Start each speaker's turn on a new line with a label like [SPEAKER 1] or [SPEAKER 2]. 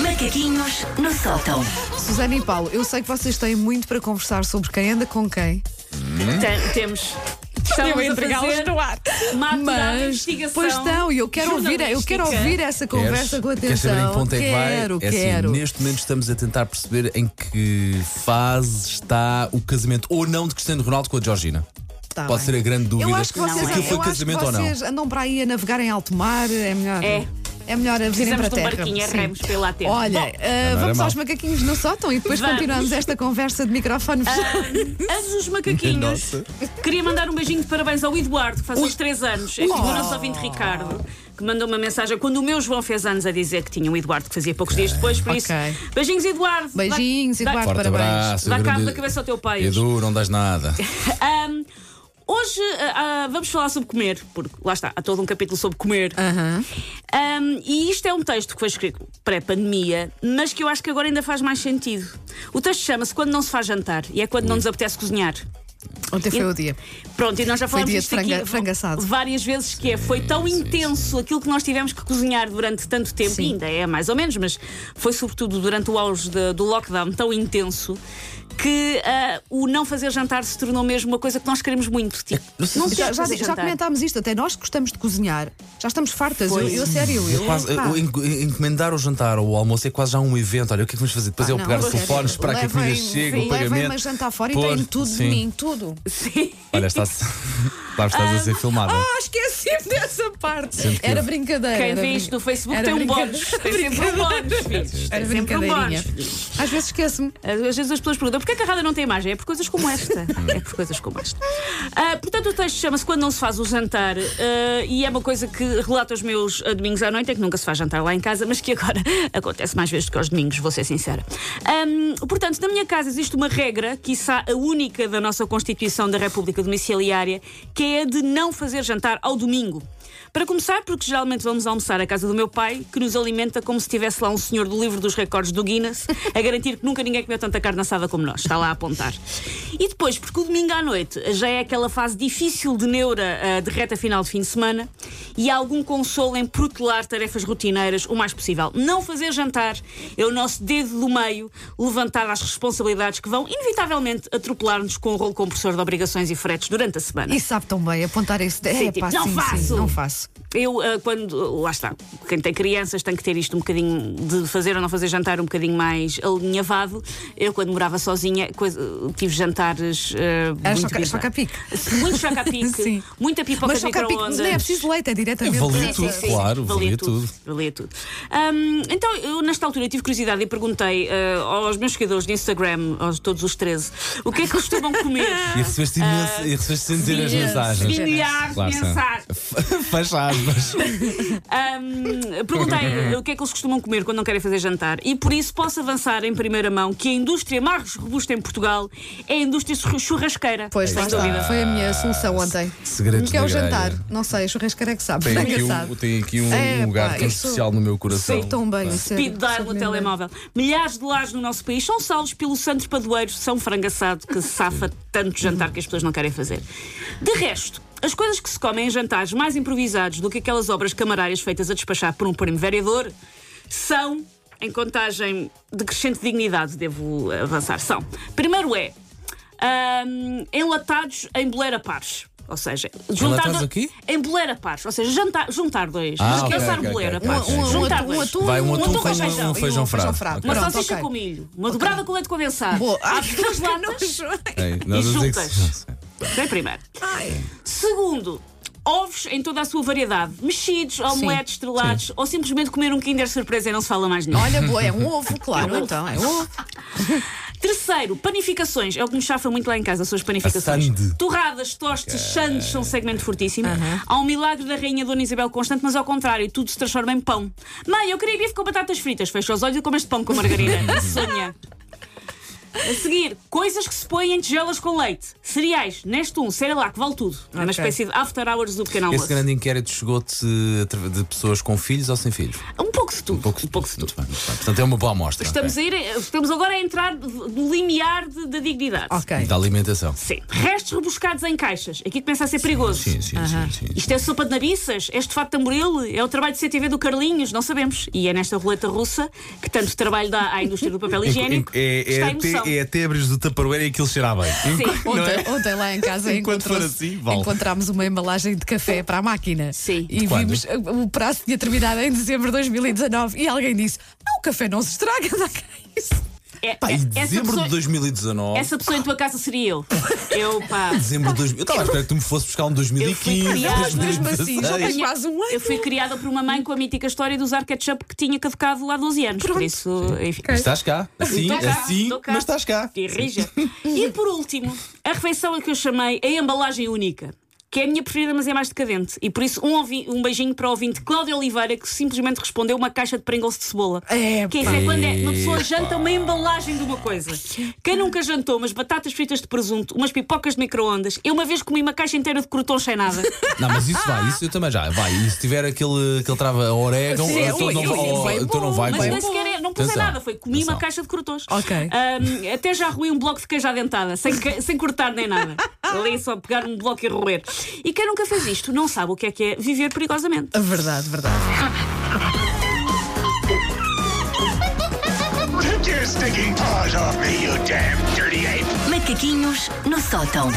[SPEAKER 1] Macaquinhos no sótão.
[SPEAKER 2] Susana e Paulo, eu sei que vocês têm muito para conversar sobre quem anda com quem,
[SPEAKER 3] Hum?
[SPEAKER 4] Tem- temos. Estamos a fazer
[SPEAKER 5] ar.
[SPEAKER 4] uma aturada
[SPEAKER 2] mas
[SPEAKER 4] investigação.
[SPEAKER 2] pois estão, e eu quero ouvir, eu quero
[SPEAKER 4] jornalística.
[SPEAKER 2] ouvir essa conversa com atenção.
[SPEAKER 3] Queres saber em que ponto é que vai?
[SPEAKER 2] quero,
[SPEAKER 3] É assim,
[SPEAKER 2] quero.
[SPEAKER 3] neste momento estamos a tentar perceber em que fase está o casamento ou não de Cristiano Ronaldo com a Georgina.
[SPEAKER 2] Tá
[SPEAKER 3] Pode
[SPEAKER 2] bem.
[SPEAKER 3] ser a grande dúvida.
[SPEAKER 2] Eu acho que vocês,
[SPEAKER 3] se aquilo
[SPEAKER 2] eu
[SPEAKER 3] foi
[SPEAKER 2] acho que
[SPEAKER 3] casamento ou não.
[SPEAKER 2] vocês andam para aí a navegar em alto mar, é melhor.
[SPEAKER 4] É.
[SPEAKER 2] é melhor a virem para a
[SPEAKER 4] Precisamos de um
[SPEAKER 2] terra.
[SPEAKER 4] barquinho,
[SPEAKER 2] Sim.
[SPEAKER 4] arremos pela terra.
[SPEAKER 2] Olha,
[SPEAKER 4] Bom,
[SPEAKER 2] eh,
[SPEAKER 3] era
[SPEAKER 2] vamos
[SPEAKER 3] mau.
[SPEAKER 2] aos macaquinhos no sótão e depois
[SPEAKER 4] Vamos. Ah,
[SPEAKER 2] continuamos esta conversa de microfone fechado.
[SPEAKER 4] Antes dos macaquinhos,
[SPEAKER 3] Nossa.
[SPEAKER 4] queria mandar um beijinho de parabéns ao Eduardo, que faz uns 3 anos. É filho do nosso ouvinte
[SPEAKER 2] Oh.
[SPEAKER 4] Ricardo, que mandou uma mensagem quando o meu João fez anos a dizer que tinha o Eduardo, que fazia poucos dias depois. Por isso,
[SPEAKER 2] Ok.
[SPEAKER 4] beijinhos, Eduardo. Dá-
[SPEAKER 2] Beijinhos,
[SPEAKER 4] dá-
[SPEAKER 2] Eduardo.
[SPEAKER 3] Forte
[SPEAKER 2] Parabéns.
[SPEAKER 3] abraço.
[SPEAKER 4] Dá
[SPEAKER 3] grande-
[SPEAKER 4] cabo da cabeça ao teu pai.
[SPEAKER 3] Edu, não das nada.
[SPEAKER 4] Ahm, hoje ah, ah, vamos falar sobre comer, porque lá está, há todo um capítulo sobre comer.
[SPEAKER 2] Aham.
[SPEAKER 4] Ahm, e isto é um texto que foi escrito pré-pandemia, mas que eu acho que agora ainda faz mais sentido. O texto chama-se Quando Não Se Faz Jantar e é quando não nos apetece cozinhar.
[SPEAKER 2] Ontem foi o dia.
[SPEAKER 4] Pronto, e nós já falámos
[SPEAKER 2] dia de
[SPEAKER 4] disto
[SPEAKER 2] franga-
[SPEAKER 4] aqui
[SPEAKER 2] frango assado.
[SPEAKER 4] várias vezes que é. Foi tão intenso aquilo que nós tivemos que cozinhar durante tanto tempo,
[SPEAKER 2] Sim.
[SPEAKER 4] e ainda é mais ou menos, mas foi sobretudo durante o auge de- do lockdown tão intenso que ah, o não fazer jantar se tornou mesmo uma coisa que nós queremos muito. Tipo, não
[SPEAKER 2] É, Já,
[SPEAKER 4] queres
[SPEAKER 2] já-
[SPEAKER 4] fazer
[SPEAKER 2] já
[SPEAKER 4] jantar.
[SPEAKER 2] comentámos isto, até nós que gostamos de cozinhar, já estamos fartas. Eu, eu, sério, eu.
[SPEAKER 3] É quase-
[SPEAKER 2] pá,
[SPEAKER 3] o en- encomendar o jantar ou o almoço é quase já um evento. Olha, o que é que vamos fazer? Depois
[SPEAKER 2] pá,
[SPEAKER 3] é eu
[SPEAKER 2] Ah, não,
[SPEAKER 3] pegar os
[SPEAKER 2] sério.
[SPEAKER 3] telefones, esperar que a comida
[SPEAKER 2] Levem-
[SPEAKER 3] chegue,
[SPEAKER 2] sim,
[SPEAKER 3] o pagamento.
[SPEAKER 2] Levem-me a jantar fora
[SPEAKER 3] pôr-
[SPEAKER 2] e têm tudo de
[SPEAKER 3] Sim.
[SPEAKER 2] mim, tudo.
[SPEAKER 4] Sim.
[SPEAKER 3] Olha, estás, claro, estás a ser
[SPEAKER 2] Ah,
[SPEAKER 3] filmada.
[SPEAKER 2] esqueci-me dessa parte.
[SPEAKER 3] Sempre
[SPEAKER 2] Era
[SPEAKER 3] eu.
[SPEAKER 2] brincadeira.
[SPEAKER 4] Quem
[SPEAKER 2] era
[SPEAKER 4] vê
[SPEAKER 2] brin-
[SPEAKER 4] isto no Facebook
[SPEAKER 2] era
[SPEAKER 4] tem um
[SPEAKER 2] brincadeira.
[SPEAKER 4] bónus. Tem sempre um bónus, filhos.
[SPEAKER 2] Era
[SPEAKER 4] Tem sempre um
[SPEAKER 2] brincadeirinha.
[SPEAKER 4] bónus.
[SPEAKER 2] Às vezes esqueço-me.
[SPEAKER 4] Às vezes as pessoas perguntam porquê que a rádio não tem imagem? É por coisas como esta. é por coisas como esta. Ah, portanto, o texto chama-se Quando Não Se Faz o Jantar ah, e é uma coisa que relato aos meus ah, domingos à noite, é que nunca se faz jantar lá em casa, mas que agora acontece mais vezes do que aos domingos, vou ser sincera. Ahm, portanto, na minha casa existe uma regra, quiçá a única da nossa Constituição da República Domiciliária, que é a de não fazer jantar ao domingo. Para começar, porque geralmente vamos almoçar à casa do meu pai, que nos alimenta como se estivesse lá um senhor do livro dos recordes do Guinness, a garantir que nunca ninguém comeu tanta carne assada como nós. Está lá a apontar. E depois, porque o domingo à noite já é aquela fase difícil de neura ah, de reta final de fim de semana, e há algum consolo em protelar tarefas rotineiras o mais possível. Não fazer jantar é o nosso dedo do meio levantado às responsabilidades que vão, inevitavelmente, atropelar-nos com o rolo compressor de obrigações e fretes durante a semana.
[SPEAKER 2] E sabe tão bem apontar esse.
[SPEAKER 4] Sim,
[SPEAKER 2] é,
[SPEAKER 4] tipo,
[SPEAKER 2] pá,
[SPEAKER 4] não
[SPEAKER 2] sim, sim,
[SPEAKER 4] faço.
[SPEAKER 2] não faço.
[SPEAKER 4] Eu, ah, quando. Lá está. Quem tem crianças tem que ter isto um bocadinho de fazer ou não fazer jantar um bocadinho mais alinhavado. Eu, quando morava sozinha, coisa- tive jantares. ah,
[SPEAKER 2] Era
[SPEAKER 4] muito
[SPEAKER 2] choca-
[SPEAKER 4] bizarros.
[SPEAKER 2] choca-pique.
[SPEAKER 4] Muito choca-pique.
[SPEAKER 2] Sim.
[SPEAKER 4] muita pipoca
[SPEAKER 2] Mas
[SPEAKER 4] de
[SPEAKER 2] só que
[SPEAKER 4] micro-ondas.
[SPEAKER 2] não é preciso leite, é diretamente.
[SPEAKER 3] É valer
[SPEAKER 2] Sim,
[SPEAKER 3] tudo,
[SPEAKER 2] sim, sim.
[SPEAKER 3] claro, valia tudo.
[SPEAKER 4] Valia tudo. Hum, então, eu, nesta altura, tive curiosidade e perguntei ah, aos meus seguidores de Instagram, aos todos os 13, o que é que costumam comer?
[SPEAKER 3] E recebeste imenso, e recebeste sem dizer as
[SPEAKER 2] sim,
[SPEAKER 3] mensagens.
[SPEAKER 2] Ah. sim.
[SPEAKER 4] Milhares
[SPEAKER 3] Claro,
[SPEAKER 4] de
[SPEAKER 3] sim.
[SPEAKER 4] mensagens.
[SPEAKER 3] Faz aspas.
[SPEAKER 4] Ahm, perguntei o que é que eles costumam comer quando não querem fazer jantar e por isso posso avançar em primeira mão que a indústria mais robusta em Portugal é a indústria churra- churrasqueira.
[SPEAKER 3] É
[SPEAKER 2] Pois, lá
[SPEAKER 4] sem
[SPEAKER 2] está.
[SPEAKER 4] dúvida.
[SPEAKER 2] Foi a minha solução
[SPEAKER 3] Ah,
[SPEAKER 2] ontem.
[SPEAKER 3] Segredos
[SPEAKER 2] que é o
[SPEAKER 3] da
[SPEAKER 2] jantar.
[SPEAKER 3] grelha.
[SPEAKER 2] Não sei, churrasqueiro é que sabe.
[SPEAKER 3] Tem
[SPEAKER 2] Está
[SPEAKER 3] aqui um,
[SPEAKER 2] engraçado.
[SPEAKER 3] tem aqui um
[SPEAKER 2] É,
[SPEAKER 3] lugar
[SPEAKER 2] pá,
[SPEAKER 3] tão
[SPEAKER 2] isso-
[SPEAKER 3] especial no meu coração.
[SPEAKER 2] Sei tão bem. sério,
[SPEAKER 4] Speed dial
[SPEAKER 2] sabe
[SPEAKER 4] no
[SPEAKER 2] mesmo bem.
[SPEAKER 4] telemóvel. Milhares de lares no nosso país são salvos pelo Santos Padoeiro, São Frango Assado, que safa tanto jantar que as pessoas não querem fazer. De resto, as coisas que se comem em jantares mais improvisados do que aquelas obras camarárias feitas a despachar por um primo vereador são, em contagem de crescente dignidade, devo avançar, são. Primeiro é hum, enlatados em boleira pares. Ou seja, juntar
[SPEAKER 3] Enlatados aqui?
[SPEAKER 4] em boleira pares, ou seja, jantar, juntar dois,
[SPEAKER 3] Ah,
[SPEAKER 4] mas
[SPEAKER 3] ok,
[SPEAKER 4] pensar
[SPEAKER 3] ok, ok,
[SPEAKER 4] boleira
[SPEAKER 3] ok.
[SPEAKER 4] pares,
[SPEAKER 3] Um- um- um
[SPEAKER 4] juntar
[SPEAKER 2] atum- um
[SPEAKER 4] dois.
[SPEAKER 2] atum
[SPEAKER 3] Vai
[SPEAKER 2] Um
[SPEAKER 3] um atum
[SPEAKER 4] atum
[SPEAKER 3] com
[SPEAKER 4] com
[SPEAKER 3] um,
[SPEAKER 4] feijão.
[SPEAKER 3] um feijão frado. Ok.
[SPEAKER 4] Uma
[SPEAKER 2] Pronto,
[SPEAKER 4] salsicha
[SPEAKER 2] ok.
[SPEAKER 4] com milho, uma dobrada com leite condensado.
[SPEAKER 2] Boa.
[SPEAKER 4] Há duas latas.
[SPEAKER 3] Ei, nós
[SPEAKER 4] E
[SPEAKER 3] vamos dizer
[SPEAKER 4] juntas.
[SPEAKER 3] que- não sei.
[SPEAKER 4] Vem primeiro. Segundo, ovos em toda a sua variedade. Mexidos, omeletes, estrelados, ou simplesmente comer um Kinder Surpresa e não se fala mais nisso.
[SPEAKER 2] Olha, boa, é um ovo, claro.
[SPEAKER 4] É um ovo.
[SPEAKER 2] então, é um ovo.
[SPEAKER 4] Terceiro, panificações. É o que me chafa muito lá em casa, as suas panificações.
[SPEAKER 3] A sande.
[SPEAKER 4] Torradas, tostes, sandes são um segmento fortíssimo. Há um milagre da rainha Dona Isabel Constante, mas ao contrário, tudo se transforma em pão. Mãe, eu queria bife com batatas fritas. Fecha os olhos e come este pão com margarina. Sonha. A seguir, coisas que se põem em tigelas com leite. Cereais, neste um, sei lá, que vale tudo. É uma
[SPEAKER 2] Ok.
[SPEAKER 4] espécie de after hours do pequeno almoço.
[SPEAKER 3] Esse grande inquérito chegou-te atra- de pessoas com filhos ou sem filhos?
[SPEAKER 4] Um pouco de tudo. Um pouco de tudo.
[SPEAKER 3] Muito bem, muito bem. Portanto, é uma boa amostra.
[SPEAKER 4] Estamos, a ir, eh, estamos agora a entrar no limiar de- da dignidade.
[SPEAKER 2] Ok.
[SPEAKER 3] Da alimentação.
[SPEAKER 4] Sim. Restos rebuscados em caixas. Aqui começa a ser perigoso.
[SPEAKER 3] Sim, sim, sim, sim, sim.
[SPEAKER 4] Isto é sopa de nabiças? É estofado de tamboril? É o trabalho de CTV do Carlinhos? Não sabemos. E é nesta roleta russa que tanto trabalho dá à indústria do papel um higiênico.
[SPEAKER 1] É,
[SPEAKER 4] que está
[SPEAKER 1] é,
[SPEAKER 4] em emoção.
[SPEAKER 1] até, é até abrir do Tupperware e aquilo cheira bem.
[SPEAKER 4] Sim.
[SPEAKER 1] Não
[SPEAKER 2] Ontem,
[SPEAKER 1] é?
[SPEAKER 2] ontem lá em casa
[SPEAKER 1] Enquanto for
[SPEAKER 2] encontrou-se-
[SPEAKER 1] assim, vale.
[SPEAKER 2] encontramos uma embalagem de café para a máquina.
[SPEAKER 4] Sim.
[SPEAKER 2] E
[SPEAKER 3] quando?
[SPEAKER 2] vimos uh, o prazo tinha terminado em dezembro de 2019 e alguém disse: Não, o café não se estraga, dá cá isso.
[SPEAKER 4] É-
[SPEAKER 3] Pá,
[SPEAKER 4] é-
[SPEAKER 3] e
[SPEAKER 4] essa,
[SPEAKER 3] dezembro
[SPEAKER 4] pessoa,
[SPEAKER 3] de 2019.
[SPEAKER 4] essa pessoa em tua casa seria eu. Eu, pá.
[SPEAKER 3] Dezembro de 2000. Eu estava a esperar que tu me fosses buscar um 2015.
[SPEAKER 4] Eu fui criada, mas
[SPEAKER 2] mesmo assim, já
[SPEAKER 3] 2016.
[SPEAKER 2] tem quase um
[SPEAKER 4] Eu
[SPEAKER 2] ano.
[SPEAKER 4] fui criada por uma mãe com a mítica história de usar ketchup que tinha caducado há 12 anos. Por isso, enfim.
[SPEAKER 3] Mas Estás cá. Assim,
[SPEAKER 4] Estou cá,
[SPEAKER 3] assim,
[SPEAKER 4] estou cá.
[SPEAKER 3] mas estás cá.
[SPEAKER 4] Que rija. E por último, a refeição a que eu chamei a embalagem única. Que é a minha preferida, mas é mais decadente. E por isso, um, ouvi- um beijinho para o ouvinte Cláudio Oliveira, que simplesmente respondeu uma caixa de Pringles de cebola.
[SPEAKER 2] É,
[SPEAKER 4] que isso é quando é, uma pessoa janta uma embalagem de uma coisa. Quem nunca jantou umas batatas fritas de presunto, umas pipocas de micro-ondas? Eu uma vez comi uma caixa inteira de crotons sem nada.
[SPEAKER 3] Não, mas isso vai, isso eu também já. Vai, e se tiver aquele, aquele trava a orégano,
[SPEAKER 2] Sim,
[SPEAKER 4] é
[SPEAKER 3] então
[SPEAKER 4] um
[SPEAKER 2] ui,
[SPEAKER 3] não,
[SPEAKER 2] ui,
[SPEAKER 3] oh,
[SPEAKER 2] vai
[SPEAKER 3] então não
[SPEAKER 2] bom,
[SPEAKER 3] vai
[SPEAKER 4] Mas nem
[SPEAKER 3] com.
[SPEAKER 4] sequer é- não pusei
[SPEAKER 3] Atenção,
[SPEAKER 4] nada, foi comi
[SPEAKER 3] atenção.
[SPEAKER 4] uma caixa de crotons.
[SPEAKER 2] Ok.
[SPEAKER 4] Ahm, até já roí um bloco de queijo à dentada, sem, que- sem cortar nem nada. Ali só pegar um bloco e roer. E quem nunca fez isto não sabe o que é que é viver perigosamente.
[SPEAKER 2] Verdade, verdade.
[SPEAKER 5] Take your stinking paws off me, you damn dirty ape!
[SPEAKER 6] Macaquinhos no sótão.